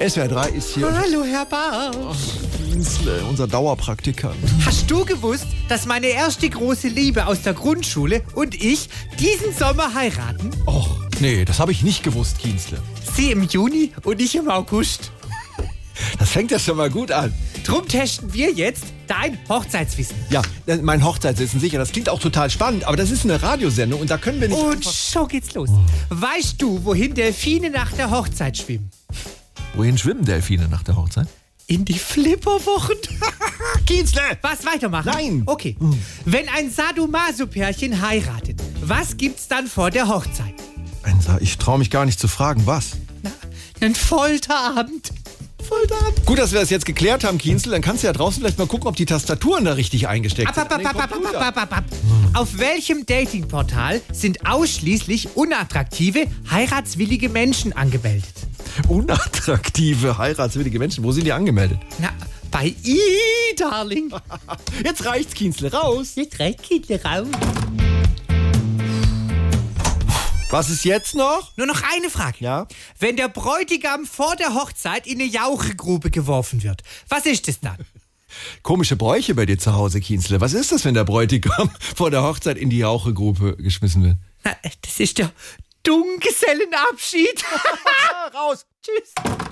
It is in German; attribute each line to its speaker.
Speaker 1: SWR 3 ist hier
Speaker 2: Hallo, Herr Bartsch.
Speaker 1: Dienstler, unser Dauerpraktikant.
Speaker 2: Hast du gewusst, dass meine erste große Liebe aus der Grundschule und ich diesen Sommer heiraten?
Speaker 1: Och, nee, das habe ich nicht gewusst, Kienzle.
Speaker 2: Sie im Juni und ich im August.
Speaker 1: Das fängt ja schon mal gut an.
Speaker 2: Drum testen wir jetzt dein Hochzeitswissen.
Speaker 1: Ja, äh, mein Hochzeitsessen sicher, das klingt auch total spannend, aber das ist eine Radiosendung und da können wir nicht...
Speaker 2: Und schon geht's los. Oh. Weißt du, wohin Delfine nach der Hochzeit schwimmen?
Speaker 1: Wohin schwimmen Delfine nach der Hochzeit?
Speaker 2: In die Flipperwochen.
Speaker 1: Kienzle!
Speaker 2: Was weitermachen?
Speaker 1: Nein.
Speaker 2: Okay. Wenn ein Sadomaso-Pärchen heiratet, was gibt's dann vor der Hochzeit?
Speaker 1: Einsa, ich traue mich gar nicht zu fragen, was?
Speaker 2: Na, einen Folterabend. Folterabend.
Speaker 1: Gut, dass wir das jetzt geklärt haben, Kienzle. Dann kannst du ja draußen vielleicht mal gucken, ob die Tastaturen da richtig eingesteckt
Speaker 2: Ab, ab,
Speaker 1: sind. an
Speaker 2: ab,
Speaker 1: den
Speaker 2: ab, ab,
Speaker 1: Computer.
Speaker 2: ab, ab, ab, ab. Auf welchem Datingportal sind ausschließlich unattraktive, heiratswillige Menschen angemeldet?
Speaker 1: Unattraktive, heiratswillige Menschen, wo sind die angemeldet?
Speaker 2: Na, bei I, Darling.
Speaker 1: Jetzt reicht's, Kienzle, raus!
Speaker 2: Jetzt rechtlich raus.
Speaker 1: Was ist jetzt noch?
Speaker 2: Nur noch eine Frage.
Speaker 1: Ja?
Speaker 2: Wenn der Bräutigam vor der Hochzeit in eine Jauchegrube geworfen wird, was ist es dann?
Speaker 1: Komische Bräuche bei dir zu Hause, Kienzle. Was ist das, wenn der Bräutigam vor der Hochzeit in die Rauchegruppe geschmissen wird?
Speaker 2: Na, das ist der Dungesellenabschied.
Speaker 1: Raus!
Speaker 2: Tschüss.